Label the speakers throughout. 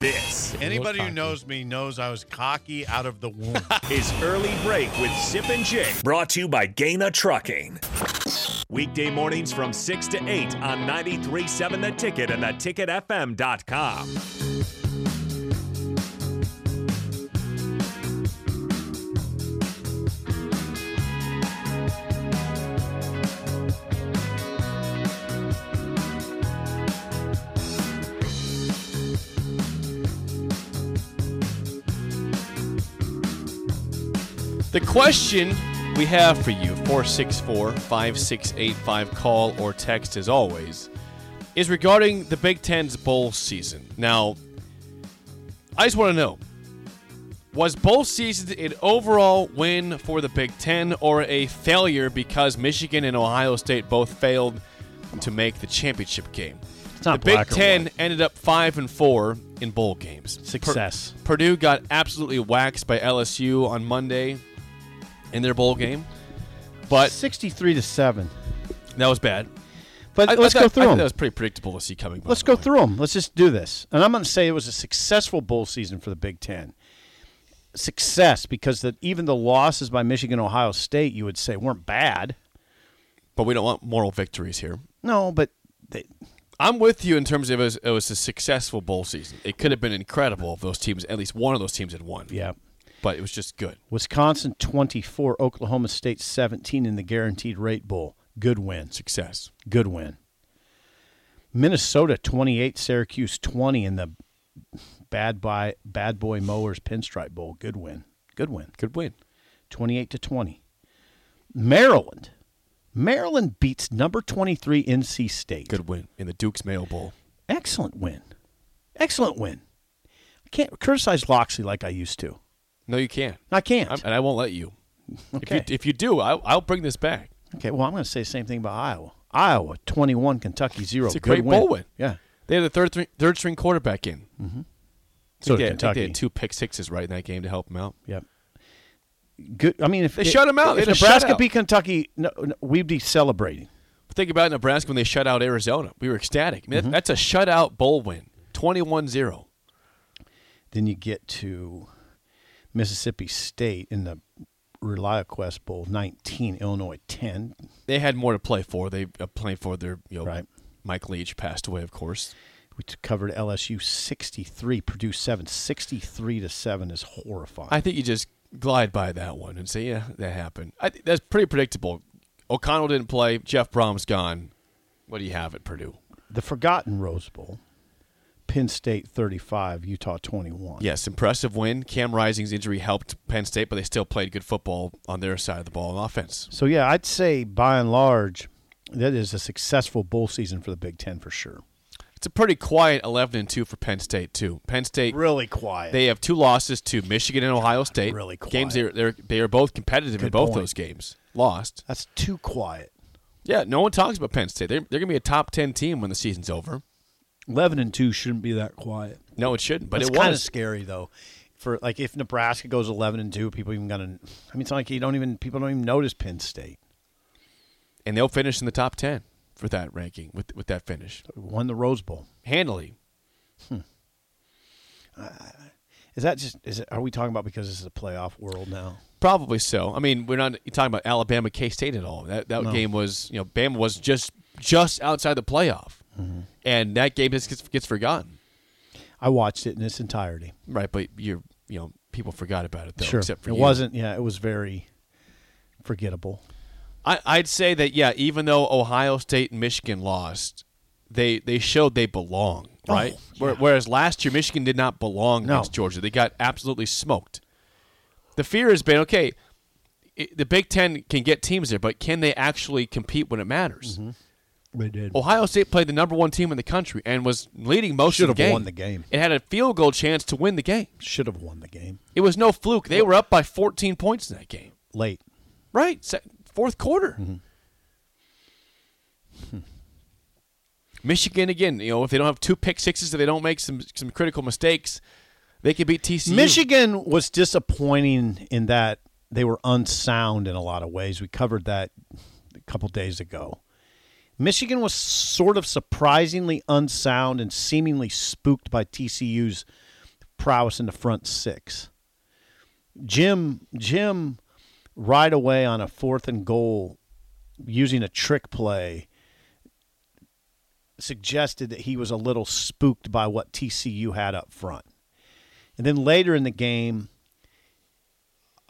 Speaker 1: This
Speaker 2: Anybody who knows me knows I was cocky out of the womb.
Speaker 1: is Early Break with Sip and Jake, brought to you by Gaina Trucking. Weekday mornings from 6 to 8 on 93.7 The Ticket and theticketfm.com.
Speaker 3: The question we have for you 464 5685 call or text as always is regarding the Big Ten's bowl season. Now, I just want to know was bowl season an overall win for the Big Ten or a failure because Michigan and Ohio State both failed to make the championship game?
Speaker 4: It's not
Speaker 3: the Big
Speaker 4: black or
Speaker 3: Ten
Speaker 4: white.
Speaker 3: ended up five and four in bowl games. Pur-
Speaker 4: Success.
Speaker 3: Purdue got absolutely waxed by LSU on Monday in their bowl game, but
Speaker 4: 63 to 7.
Speaker 3: that was bad.
Speaker 4: But
Speaker 3: I- I
Speaker 4: let's
Speaker 3: thought-
Speaker 4: go
Speaker 3: I
Speaker 4: through
Speaker 3: thought
Speaker 4: them.
Speaker 3: That was pretty predictable to see coming. by
Speaker 4: Let's
Speaker 3: the
Speaker 4: go
Speaker 3: way.
Speaker 4: through them. Let's just do this. And I'm going to say it was a successful bowl season for the Big Ten. Success because that even the losses by Michigan, Ohio State, you would say weren't bad.
Speaker 3: But we don't want moral victories here.
Speaker 4: No, but they,
Speaker 3: I'm with you in terms of it was, it was a successful bowl season. It could have been incredible if those teams, at least one of those teams, had won.
Speaker 4: yeah.
Speaker 3: but it was just good.
Speaker 4: Wisconsin 24, Oklahoma State 17 in the guaranteed rate bowl. Good win.
Speaker 3: Success.
Speaker 4: Good win. Minnesota 28, Syracuse 20 in the bad by bad boy mowers pinstripe bowl. Good win. Good win.
Speaker 3: Good win.
Speaker 4: 28 to 20. Maryland. Maryland beats number 23 NC State.
Speaker 3: Good win in the Duke's Mayo Bowl.
Speaker 4: Excellent win. Excellent win. I can't criticize Loxley like I used to.
Speaker 3: No, you can't.
Speaker 4: I can't.
Speaker 3: I'm- and I won't let you.
Speaker 4: okay.
Speaker 3: If you, if you do, I, I'll bring this back.
Speaker 4: okay, well, I'm going to say the same thing about Iowa. Iowa 21, Kentucky 0.
Speaker 3: It's a
Speaker 4: Good
Speaker 3: great
Speaker 4: win.
Speaker 3: bowl win.
Speaker 4: Yeah.
Speaker 3: They had the third thr- third string quarterback in. Mm-hmm.
Speaker 4: So
Speaker 3: they,
Speaker 4: did
Speaker 3: had, I think they
Speaker 4: Kentucky.
Speaker 3: had two pick sixes right in that game to help him out.
Speaker 4: Yep. Good. I mean, if
Speaker 3: They shut 'em out.
Speaker 4: if
Speaker 3: They had a
Speaker 4: Nebraska
Speaker 3: shutout.
Speaker 4: beat Kentucky, no, no, we'd be celebrating.
Speaker 3: But think about Nebraska when they shut out Arizona. We were ecstatic. I mean,
Speaker 4: Mm-hmm.
Speaker 3: that- That's a shutout bowl win, 21-0.
Speaker 4: Then you get to Mississippi State in the ReliaQuest Bowl, 19, Illinois 10.
Speaker 3: They had more to play for. They uh, played for their you know,
Speaker 4: Right.
Speaker 3: Mike Leach passed away, of course.
Speaker 4: We t- covered LSU 63, Purdue 7. 63 to 7 is horrifying.
Speaker 3: I think you just glide by that one and say, yeah, that happened. I, think that's pretty predictable. O'Connell didn't play. Jeff Brom's gone. What do you have at Purdue?
Speaker 4: the Forgotten Rose Bowl, Penn State 35, Utah 21.
Speaker 3: Yes, impressive win. Cam Rising's injury helped Penn State, but they still played good football on their side of the ball on offense.
Speaker 4: So, yeah, I'd say by and large, that is a successful bowl season for the Big Ten for sure.
Speaker 3: It's a pretty quiet 11 and 2 for Penn State, too. Penn State
Speaker 4: Really quiet.
Speaker 3: They have two losses to Michigan and Ohio State.
Speaker 4: really quiet.
Speaker 3: games they're, they're they are both competitive in
Speaker 4: Good
Speaker 3: both
Speaker 4: point.
Speaker 3: those games. Lost.
Speaker 4: That's too quiet.
Speaker 3: Yeah, no one talks about Penn State. They're, they're going to be a top ten team when the season's over.
Speaker 5: 11 and 2 shouldn't be that quiet.
Speaker 3: No, it shouldn't. But
Speaker 4: But it's
Speaker 3: it
Speaker 4: kind of
Speaker 3: was.
Speaker 4: scary though. For like, if Nebraska goes eleven and two, people even gonna. I mean, it's not like you don't even people don't even notice Penn State
Speaker 3: and they'll finish in the top ten for that ranking with with that finish
Speaker 4: won the Rose Bowl.
Speaker 3: handily.
Speaker 4: Is that just? Is it? Are we talking about because this is a playoff world now?
Speaker 3: Probably so. I mean, we're not talking about Alabama K State at all. That that
Speaker 4: No.
Speaker 3: game was you know Bama was
Speaker 4: Mm-hmm.
Speaker 3: just just outside the playoff, and that game just gets gets forgotten.
Speaker 4: I watched it in its entirety.
Speaker 3: Right, but you're you know people forgot about it though. Except for
Speaker 4: it
Speaker 3: you.
Speaker 4: wasn't. Yeah, it was very forgettable.
Speaker 3: I, I'd say that yeah, even though Ohio State and Michigan lost, they they showed they belong. Right. Where- Whereas last year Michigan did not belong
Speaker 4: Oh, No.
Speaker 3: against Georgia. They got absolutely smoked. The fear has been okay. i the Big Ten can get teams there, but can they actually compete when it matters?
Speaker 4: Mm-hmm.
Speaker 5: They did.
Speaker 4: Oh,
Speaker 3: Ohio State played the number one team in the country and was leading most
Speaker 4: Should
Speaker 3: of the
Speaker 4: have
Speaker 3: game.
Speaker 4: won the game.
Speaker 3: It had a field goal chance to win the game.
Speaker 4: Should have won the game
Speaker 3: It was no fluke. They were up by 14 points in that game.
Speaker 4: late.
Speaker 3: Right, se- fourth quarter. Hmm. Michigan again. You know, if they don't have two pick sixes, if they don't make some some critical mistakes, they could beat TCU.
Speaker 4: Michigan was disappointing in that they were unsound in a lot of ways. We covered that a couple days ago. Michigan was sort of surprisingly unsound and seemingly spooked by TCU's prowess in the front six. Jim Jim right away on a fourth and goal using a trick play suggested that he was a little spooked by what TCU had up front. And then later in the game,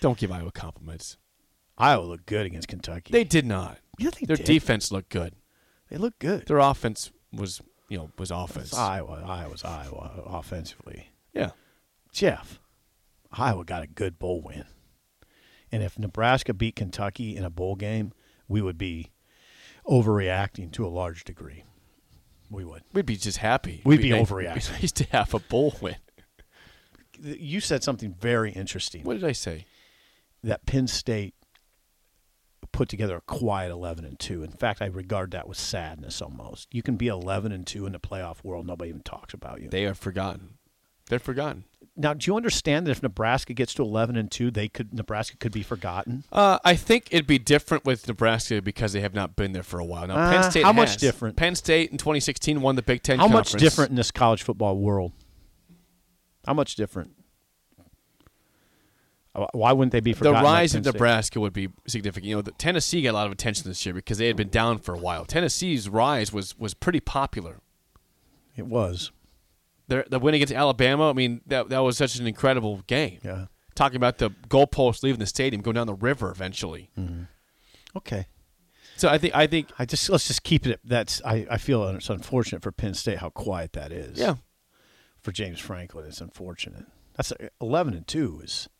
Speaker 3: Don't give Iowa compliments.
Speaker 4: Iowa looked good against Kentucky.
Speaker 3: They did not.
Speaker 4: yeah, they
Speaker 3: Their
Speaker 4: did.
Speaker 3: defense looked good.
Speaker 4: They looked good.
Speaker 3: Their offense was, you know, was
Speaker 4: It's
Speaker 3: offense.
Speaker 4: Iowa. Iowa's Iowa offensively.
Speaker 3: Yeah.
Speaker 4: Jeff, Iowa got a good bowl win. And if Nebraska beat Kentucky in a bowl game, we would be overreacting to a large degree. We would.
Speaker 3: We'd be just happy.
Speaker 4: We'd be
Speaker 3: nice-
Speaker 4: overreacting.
Speaker 3: We'd be nice to have a bowl win.
Speaker 4: You said something very interesting
Speaker 3: What did I say?
Speaker 4: that Penn State put together a quiet 11 and 2. In fact, I regard that with sadness almost. You can be 11 and 2 in the playoff world, nobody even talks about you.
Speaker 3: They are forgotten. They're forgotten.
Speaker 4: now, do you understand that if Nebraska gets to 11 and 2, they could Nebraska could be forgotten?
Speaker 3: Uh, I think it'd be different with Nebraska because they have not been there for a while now.
Speaker 4: Uh,
Speaker 3: Penn State
Speaker 4: how much
Speaker 3: has.
Speaker 4: different?
Speaker 3: Penn State in 2016 won the Big Ten.
Speaker 4: How much
Speaker 3: Conference.
Speaker 4: different in this college football world? How much different? Uh, Why wouldn't they be
Speaker 3: The
Speaker 4: forgotten? like
Speaker 3: rise
Speaker 4: Penn
Speaker 3: of
Speaker 4: State?
Speaker 3: Nebraska would be significant. You know, the, Tennessee got a lot of attention this year because they had been down for a while. Tennessee's rise was was pretty popular.
Speaker 4: It was.
Speaker 3: Their, the win against Alabama, I mean, that that was such an incredible game.
Speaker 4: Yeah.
Speaker 3: Talking about the goalposts leaving the stadium, going down the river eventually.
Speaker 4: Okay.
Speaker 3: So I think I think
Speaker 4: I just let's just keep it. That's I, I feel it's unfortunate for Penn State how quiet that is.
Speaker 3: yeah,
Speaker 4: For James Franklin, it's unfortunate. That's eleven and two is.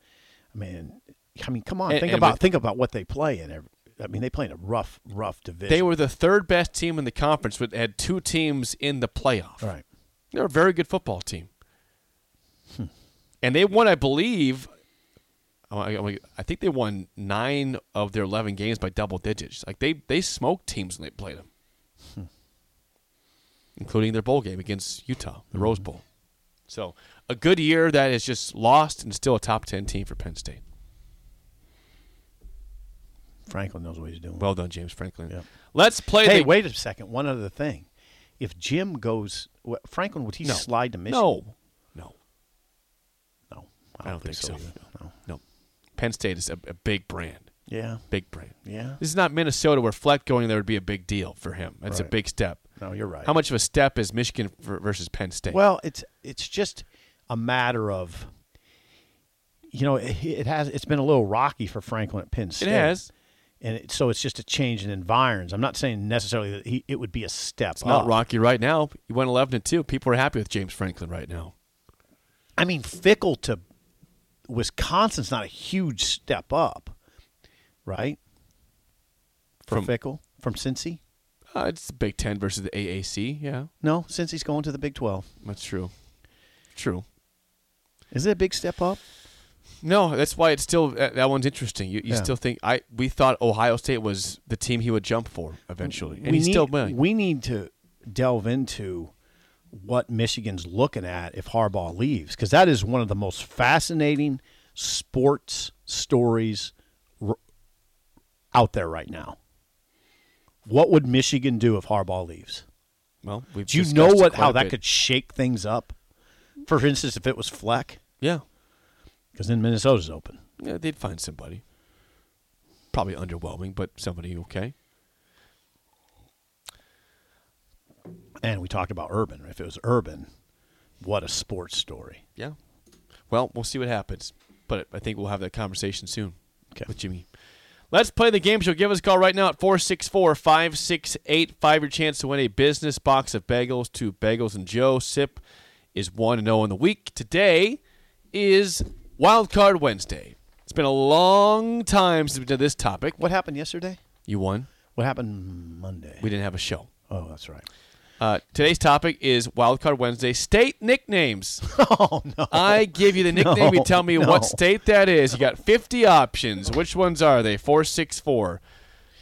Speaker 4: I mean, I mean, come on.
Speaker 3: And-
Speaker 4: think
Speaker 3: and
Speaker 4: about
Speaker 3: with-
Speaker 4: think about what they play in. Every, I mean, they play in a rough, rough division.
Speaker 3: they were the third best team in the conference, but had two teams in the playoff.
Speaker 4: all right.
Speaker 3: They're a very good football team.
Speaker 4: Hmm.
Speaker 3: And they won, I believe, oh, I- I I think they won nine of their 11 games by double digits. Like they, they smoked teams when they played them,
Speaker 4: Hmm.
Speaker 3: including their bowl game against Utah, the Rose
Speaker 4: Hmm.
Speaker 3: Bowl. So a good year that is just lost and still a top 10 team for Penn State.
Speaker 4: Franklin knows what he's doing.
Speaker 3: Well done, James Franklin.
Speaker 4: Yeah.
Speaker 3: Let's play
Speaker 4: Hey,
Speaker 3: the.
Speaker 4: wait a second. One other thing. If Jim goes, what, Franklin, would he
Speaker 3: No.
Speaker 4: slide to Michigan?
Speaker 3: No. No.
Speaker 4: No.
Speaker 3: I don't think so.
Speaker 4: either. No.
Speaker 3: No. Penn State is a, a big brand.
Speaker 4: Yeah.
Speaker 3: Big brand.
Speaker 4: Yeah.
Speaker 3: This is not Minnesota where Fleck going there would be a big deal for him. That's a
Speaker 4: Right.
Speaker 3: big step.
Speaker 4: No, you're right.
Speaker 3: How much of a step is Michigan ver- versus Penn State?
Speaker 4: Well, it's it's just a matter of you know, it, it has it's been a little rocky for Franklin at Penn
Speaker 3: it
Speaker 4: State.
Speaker 3: has.
Speaker 4: And it, so it's just a change in environs. I'm not saying necessarily that he, it would be a step
Speaker 3: It's not
Speaker 4: up.
Speaker 3: rocky right now. You went 11 and 2. People are happy with James Franklin right now.
Speaker 4: I mean, Fickle to Wisconsin's not a huge step up, right? For
Speaker 3: From-
Speaker 4: Fickle from Cincy?
Speaker 3: Uh, it's the Big 10 versus the AAC. Yeah,
Speaker 4: No, since he's going to the Big 12.
Speaker 3: that's true. True.
Speaker 4: Is it a big step up?
Speaker 3: No, that's why it's still that, that one's interesting. You, you
Speaker 4: Yeah.
Speaker 3: still think I we thought Ohio State was the team he would jump for eventually, and
Speaker 4: we
Speaker 3: he
Speaker 4: need,
Speaker 3: still might.
Speaker 4: We need to delve into what Michigan's looking at if Harbaugh leaves, because that is one of the most fascinating sports stories r- out there right now. What would Michigan do if Harbaugh leaves?
Speaker 3: well, we've
Speaker 4: Do you
Speaker 3: discussed
Speaker 4: know
Speaker 3: it
Speaker 4: what
Speaker 3: quite
Speaker 4: how
Speaker 3: a
Speaker 4: that
Speaker 3: bit.
Speaker 4: could shake things up? For instance, if it was Fleck,
Speaker 3: Yeah,
Speaker 4: because then Minnesota's open.
Speaker 3: Yeah, they'd find somebody. Probably underwhelming, but somebody okay.
Speaker 4: And we talked about Urban. If it was Urban, what a sports story.
Speaker 3: Yeah. Well, we'll see what happens, but I think we'll have that conversation soon
Speaker 4: Okay.
Speaker 3: with Jimmy. Let's play the game show. Give us a call right now at 464 5685. Your chance to win a business box of bagels to Bagels and Joe. SIP is 1 and 0 in the week. Today is Wild Card Wednesday. It's been a long time since we did this topic.
Speaker 4: What happened yesterday?
Speaker 3: You won.
Speaker 4: What happened Monday?
Speaker 3: We didn't have a show.
Speaker 4: Oh, that's right.
Speaker 3: Uh, today's topic is Wildcard Wednesday state nicknames.
Speaker 4: Oh no!
Speaker 3: I give you the nickname. you
Speaker 4: No,
Speaker 3: tell me
Speaker 4: no.
Speaker 3: what state that is. You got 50 options. Which ones are they? 464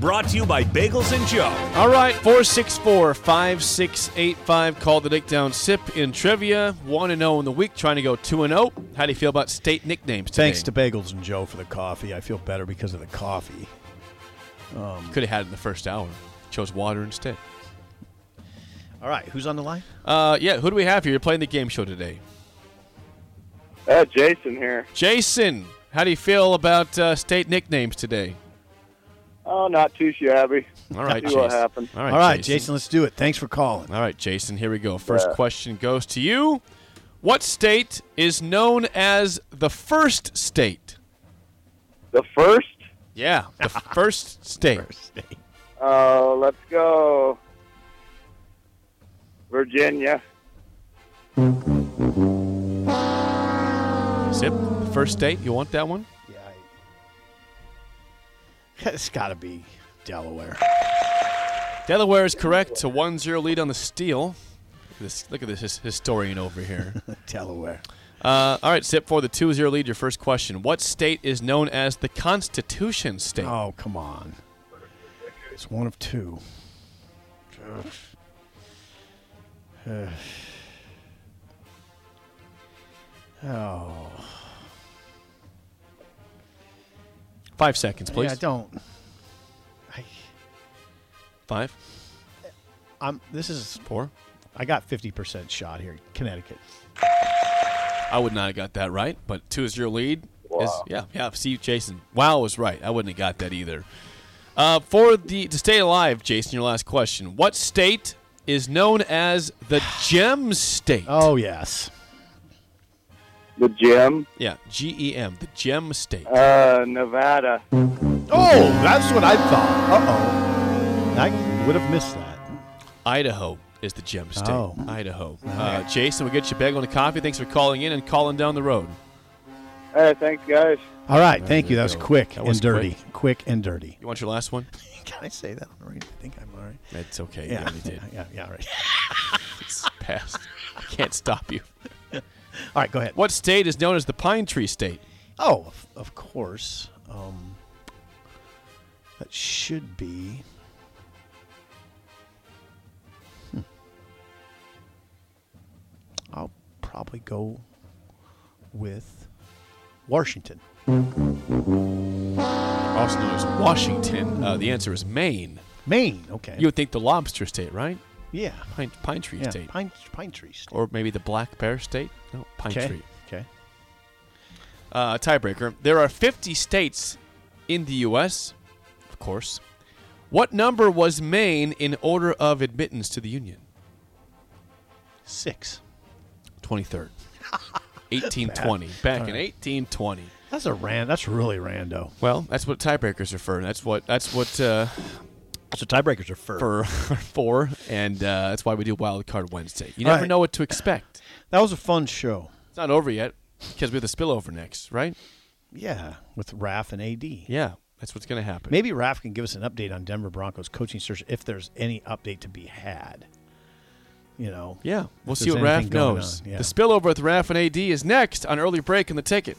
Speaker 1: Brought to you by Bagels and Joe.
Speaker 3: All right, 464 5685. Call the Nick Down Sip in trivia. 1 and 0 in the week, trying to go 2 and 0. How do you feel about state nicknames today?
Speaker 4: Thanks to Bagels and Joe for the coffee. I feel better because of the coffee.
Speaker 3: Could have had it in the first hour. Chose water instead.
Speaker 4: All right, who's on the line?
Speaker 3: Uh, yeah, who do we have here? You're playing the game show today.
Speaker 6: Uh, Jason here.
Speaker 3: Jason, how do you feel about uh, state nicknames today?
Speaker 6: Oh, not too shabby.
Speaker 3: All right,
Speaker 6: See what
Speaker 3: Jason.
Speaker 6: happens.
Speaker 3: All
Speaker 4: All
Speaker 3: right,
Speaker 4: right, Jason. let's do it. Thanks for calling.
Speaker 3: All right, Jason, here we go. First
Speaker 6: Yeah.
Speaker 3: question goes to you. What state is known as the first state?
Speaker 6: The first,
Speaker 3: Yeah, the first state.
Speaker 6: uh, let's go. Virginia.
Speaker 3: Zip, the first state. You want that one?
Speaker 4: Yeah, I- it's got to be Delaware.
Speaker 3: Delaware is correct. A 1 0 lead on the steal. This, look at this his- historian over here.
Speaker 4: Delaware.
Speaker 3: Uh, all right, Sip, for the 2 0 lead, your first question. What state is known as the Constitution State?
Speaker 4: Oh, come on. It's one of two. Ugh. Ugh. Oh,
Speaker 3: Five seconds, please.
Speaker 4: yeah, I don't. I,
Speaker 3: Five,
Speaker 4: I'm. This is.
Speaker 3: four.
Speaker 4: I got fifty percent shot here. Connecticut.
Speaker 3: I would not have got that right, but 2 0 lead. Is, yeah, yeah. See, Jason. Wow was right. I wouldn't have got that either. Uh, for the to stay alive, Jason, your last question. What state is known as the Gem State?
Speaker 4: Oh yes.
Speaker 6: The gym.
Speaker 3: Yeah, G E M, the Gem State.
Speaker 6: Uh, Nevada.
Speaker 4: Oh, that's what I thought. Uh oh. I would have missed that.
Speaker 3: Idaho is the Gem State.
Speaker 4: Oh.
Speaker 3: Idaho. Uh, Jason, we'll get you back on a copy. Thanks for calling in and calling down the road.
Speaker 6: Hey, thanks, guys.
Speaker 4: All right, thank you. That was
Speaker 3: go.
Speaker 4: quick
Speaker 3: That was
Speaker 4: and dirty. Quick. and dirty.
Speaker 3: You want your last one?
Speaker 4: Can I say that on the radio? I think I'm all right.
Speaker 3: That's okay.
Speaker 4: Yeah,
Speaker 3: Yeah, you did.
Speaker 4: yeah, yeah, all right.
Speaker 3: It's past. I can't stop you.
Speaker 4: All right, go ahead.
Speaker 3: What state is known as the Pine Tree State?
Speaker 4: Oh, of, of course. Um, that should be. Hmm. I'll probably go with Washington.
Speaker 3: Also known as Washington. Uh, the answer is Maine.
Speaker 4: Maine, okay.
Speaker 3: You would think the Lobster State, right?
Speaker 4: yeah.
Speaker 3: Pine, pine Tree
Speaker 4: yeah.
Speaker 3: State.
Speaker 4: Pine, pine tree state.
Speaker 3: or maybe the Black Bear State? No, Pine
Speaker 4: okay.
Speaker 3: Tree.
Speaker 4: okay.
Speaker 3: Uh, tiebreaker. There are 50 states in the U.S., of course. What number was Maine in order of admittance to the Union?
Speaker 4: Six.
Speaker 3: 23rd. 1820. Back in 1820.
Speaker 4: That's a ran. That's really rando.
Speaker 3: Well, that's what tiebreakers are for. and That's what that's what uh,
Speaker 4: So tiebreakers are fur.
Speaker 3: for for, and uh, that's why we do Wild Card Wednesday. You
Speaker 4: All
Speaker 3: never
Speaker 4: right.
Speaker 3: know what to expect.
Speaker 4: That was a fun show.
Speaker 3: It's not over yet because we have the spillover next, right?
Speaker 4: Yeah, with Raf and AD.
Speaker 3: Yeah, that's what's going to happen.
Speaker 4: Maybe Raf can give us an update on Denver Broncos coaching search if there's any update to be had. You know.
Speaker 3: Yeah, we'll
Speaker 4: If
Speaker 3: see what
Speaker 4: there's
Speaker 3: Raf
Speaker 4: anything going
Speaker 3: knows.
Speaker 4: on, yeah.
Speaker 3: The spillover with Raf and AD is next on early break in the ticket.